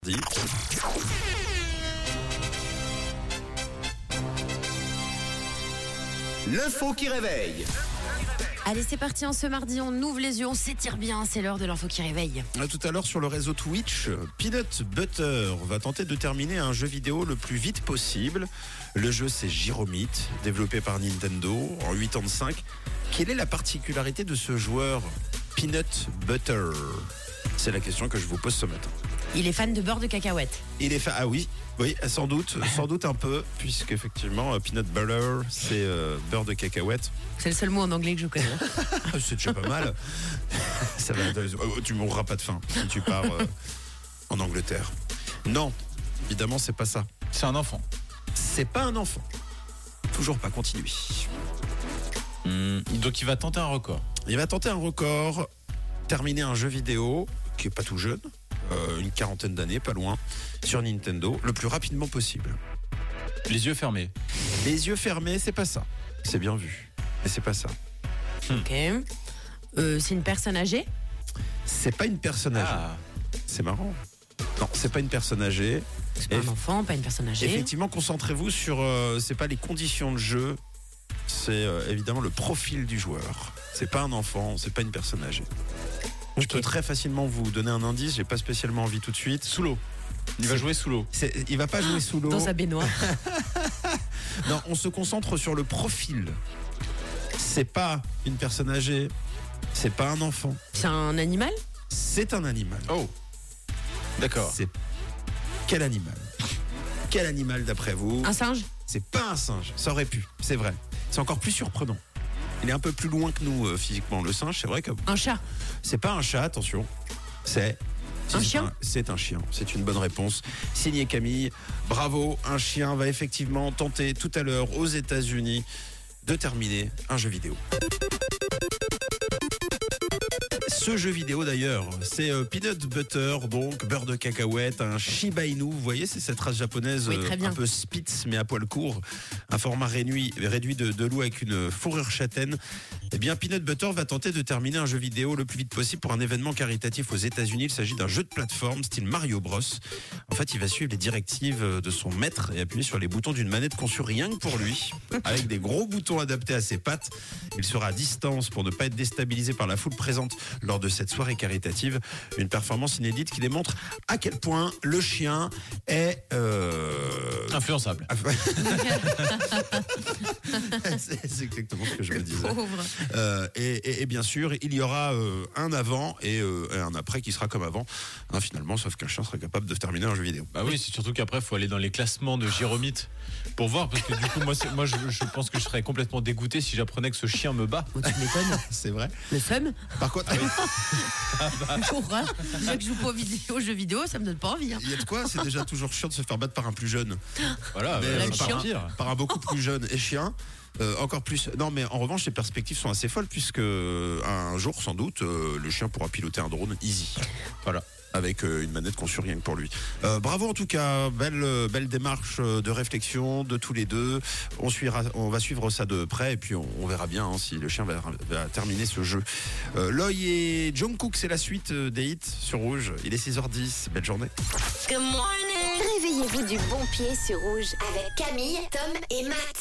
Dit. L'info qui réveille. Allez, c'est parti, en ce mardi, on ouvre les yeux, on s'étire bien, c'est l'heure de l'info qui réveille. À Tout à l'heure sur le réseau Twitch, Peanut Butter va tenter de terminer un jeu vidéo le plus vite possible. Le jeu c'est Gyromite, développé par Nintendo en 85. Quelle est la particularité de ce joueur Peanut Butter C'est la question que je vous pose ce matin. Il est fan de beurre de cacahuète. Il est fa- ah oui, oui, sans doute, sans doute un peu, puisque effectivement euh, Peanut Butter c'est euh, beurre de cacahuète. C'est le seul mot en anglais que je connais. Ah, C'est déjà pas mal. Ça va, euh, tu mourras pas de faim si tu pars euh, en Angleterre. Non, évidemment, c'est pas ça. C'est un enfant. C'est pas un enfant. Toujours pas continué. Donc il va tenter un record. Il va tenter un record, terminer un jeu vidéo qui est pas tout jeune, euh, une quarantaine d'années, pas loin, sur Nintendo, le plus rapidement possible. Les yeux fermés. Les yeux fermés, c'est pas ça. C'est bien vu, mais c'est pas ça. ok. Euh, c'est une personne âgée C'est pas une personne âgée. Ah, C'est marrant. Non, c'est pas une personne âgée. C'est pas Eff- un enfant, pas une personne âgée. Effectivement, concentrez-vous sur. euh, c'est pas les conditions de jeu, c'est euh, évidemment le profil du joueur. C'est pas un enfant, c'est pas une personne âgée. Je peux très facilement vous donner un indice, j'ai pas spécialement envie tout de suite. Sous l'eau. Il va jouer sous l'eau. Il va pas jouer sous l'eau. Ah, Dans sa baignoire. Non, on se concentre sur le profil. C'est pas une personne âgée, c'est pas un enfant, C'est un animal c'est un animal. Oh. Oh. D'accord. C'est quel animal Quel animal d'après vous Un singe C'est pas un singe, ça aurait pu, c'est vrai. C'est encore plus surprenant. Il est un peu plus loin que nous euh, physiquement, le singe. C'est vrai que Un chat c'est pas un chat, attention. C'est. Un c'est chien C'est un chien, c'est une bonne réponse. Signé Camille, bravo, un chien va effectivement tenter tout à l'heure aux États-Unis de terminer un jeu vidéo. Ce jeu vidéo d'ailleurs, c'est euh, Peanut Butter, donc beurre de cacahuète, un Shiba Inu. Vous voyez, c'est cette race japonaise Oui, euh, très bien. un peu spitz mais à poil court. Un format réduit, réduit de, de loup avec une fourrure châtaine. Eh bien, Peanut Butter va tenter de terminer un jeu vidéo le plus vite possible pour un événement caritatif aux États-Unis. Il s'agit d'un jeu de plateforme style Mario Bros. En fait, il va suivre les directives de son maître et appuyer sur les boutons d'une manette conçue rien que pour lui, avec des gros boutons adaptés à ses pattes. Il sera à distance pour ne pas être déstabilisé par la foule présente lors de cette soirée caritative. Une performance inédite qui démontre à quel point le chien est euh, Influençable. c'est c'est exactement ce que je me disais. Pauvre. Euh, et, et- et bien sûr, il y aura euh, un avant et, euh, et un après qui sera comme avant. Hein, finalement, sauf qu'un chien sera capable de terminer un jeu vidéo. Bah oui, c'est surtout qu'après, faut aller dans les classements de Géromite pour voir, parce que du coup, moi, c'est- moi je, je pense que je serais complètement dégoûté si j'apprenais que ce chien me bat. Bon, tu m'étonnes. C'est vrai. Le seum Par contre, ah Horreur. Déjà que je joue pas aux, vidéos, aux jeux vidéo, ça me donne pas envie. hein. il y a de quoi C'est déjà toujours chiant de se faire battre par un plus jeune, Voilà, Mais euh, le par chien. un pire. par un beaucoup plus jeune et chien. euh, encore plus. Non, mais en revanche, les perspectives sont assez folles puisque euh, un jour, sans doute, euh, le chien pourra piloter un drone easy. Voilà. Avec euh, une manette conçue rien que pour lui. Euh, bravo en tout cas, belle, euh, belle démarche euh, de réflexion de tous les deux. On, suivra, on va suivre ça de près et puis on, on verra bien hein, si le chien va, va terminer ce jeu. Euh, Loy et Jungkook, c'est la suite euh, des hits sur Rouge. Il est 6h10, belle journée. Réveillez-vous du bon pied sur rouge avec Camille, Tom et Matt.